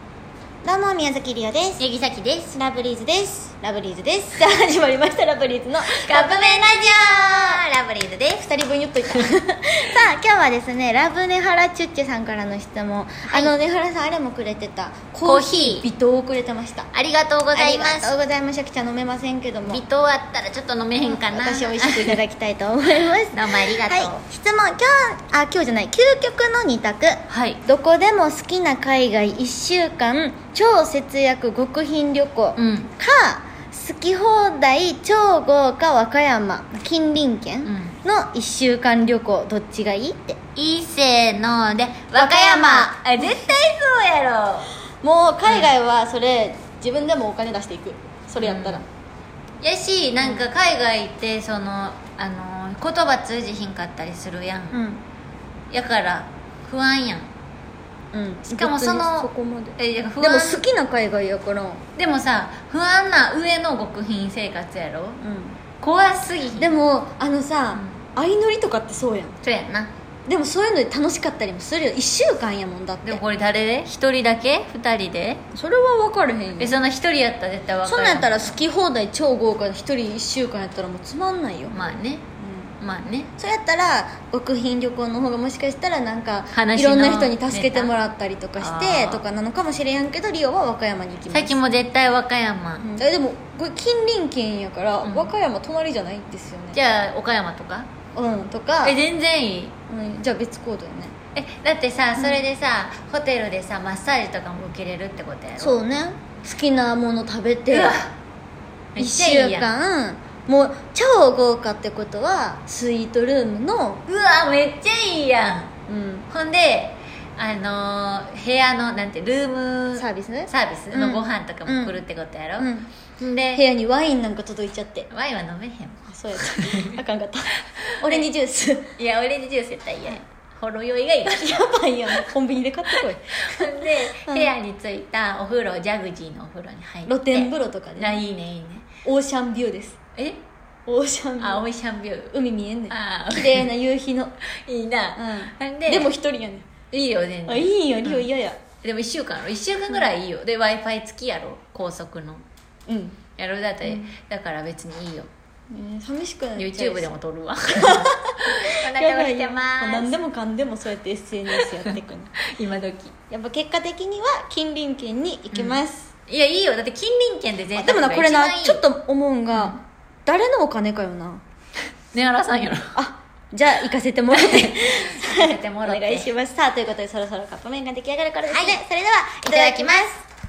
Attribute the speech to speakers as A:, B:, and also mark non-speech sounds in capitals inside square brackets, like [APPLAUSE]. A: どうも宮崎りおです
B: 柳崎です
A: ラブリーズですラブリーズですさあ始まりましたラブリ
B: [LAUGHS]
A: ーズの
B: カップ麺ラジオラブリーズです
A: 二人分言っ
B: [LAUGHS]
A: といたさあ今日はですねラブネハラチュッチュさんからの質問、あのネハラさんあれもくれてた
B: コーヒー
A: 微糖をくれてました
B: ありがとうございま
A: ありがと
B: す
A: うございますシャキちゃん飲めませんけども
B: 微糖あったらちょっと飲めへんかな
A: 私美味
B: い
A: しくいただきたいと思います
B: [LAUGHS] どうもありがとう
A: はい、質問今日あ今日じゃない究極の二択
B: はい
A: どこでも好きな海外1週間超節約極貧旅行、
B: うんうん
A: か好き放題超豪華和歌山近隣県の1週間旅行どっちがいいって
B: いいせーので和
A: 和
B: 歌
A: 歌
B: 山
A: 山
B: あ絶対そうやろ
A: もう海外はそれ、自分でもお金出していくそれやったら、
B: やしなんか海外行ってそのあのー言葉通じひんかったりするやん、
A: うん
B: やから不安やん
A: うん
B: しかもその
A: 別にそこまで
B: えやから
A: でも
B: 不安
A: 好きな海外やからう
B: でもさ不安な上の極貧生活やろ
A: ん
B: 怖すぎひん
A: でもあのさ、相乗りとかってそうやん
B: そうやんな
A: でもそういうので楽しかったりもするよ1週間やもんだって
B: でもこれ誰で一人だけ二人で
A: それは分かれへん
B: えその一人やったら絶対分かる
A: そんなんやったら好き放題超豪華で1人1週間やったらもうつまんないよ、
B: まあね
A: うん
B: まあね
A: それやったら極貧旅行の方がもしかしたらなんか
B: 話
A: い
B: の
A: ろんな人に助けてもらったりとかして
B: あー
A: とかなのかもしれんけどリオは和歌山に行きます
B: さっきも絶対和歌山、
A: うんえでもこれ近隣県やから、
B: うん
A: 和歌山隣じゃないんですよね
B: じゃあ岡山とか
A: うんとか
B: え全然いい
A: うん、じゃあ別行動よね
B: えだってさそれでさ、ホテルでさマッサージとかも受けれるってことやろ
A: そうね好きなもの食べて
B: うわめっ
A: 1
B: ちゃ
A: 週
B: いいやん
A: 間もう超豪華ってことはスイートルームの
B: うわめっちゃいいやん
A: うん
B: ほんであのー部屋のなんてルーム
A: サービスね
B: サービス
A: う
B: の
A: ん
B: ご飯とかも来るってことやろ、
A: うん
B: ほんで
A: 部屋にワインなんか届いちゃって
B: ワインは飲めへんも
A: あそうやった
B: [LAUGHS]
A: あかんかったオレンジジュースや
B: んいやオレンジジュース絶対嫌やほろ酔い [LAUGHS] がいい
A: ばいやんコンビニで買ってこい
B: ほんで、
A: うん
B: 部屋に着いたお風呂ジャグジーのお風呂に入って
A: 露天風呂とかね
B: あいいねいいね
A: オーシャンビューです
B: え
A: オーシャンビュ
B: あ
A: ー
B: オイシャンビュー
A: 海見えんねん
B: あ
A: 綺麗な夕日の
B: [LAUGHS] いいな、
A: う
B: ほんで
A: でも一人やねん
B: いいよ全
A: あ
B: 然
A: いいよリオ嫌や
B: でも1週間やろ1週間ぐらいいいよ、で w i f i 付きやろ高速の
A: うん、
B: やろだって、だから別にいいよ
A: ね寂しくなっちゃうし
B: YouTube でも撮
A: [LAUGHS]
B: るわこんな顔
A: やば
B: し
A: い
B: て
A: よ
B: ま
A: 何
B: ー
A: ですもかんでもそうやって SNS やっていくの
B: [LAUGHS] 今時
A: やっぱ結果的には近隣県に行きます、
B: いやいいよだって近隣県で
A: あ
B: 全
A: でもなこれなちょっ
B: と
A: と思うんが、誰のお金かよな
B: [LAUGHS] ねあらさんやろ
A: あじゃあ行かせてもらって
B: させて
A: [LAUGHS]
B: も
A: お
B: ろて
A: 願いしますさあということでそろそろカップ麺が出来上がる頃ですね、
B: はい
A: それではい
B: ただきます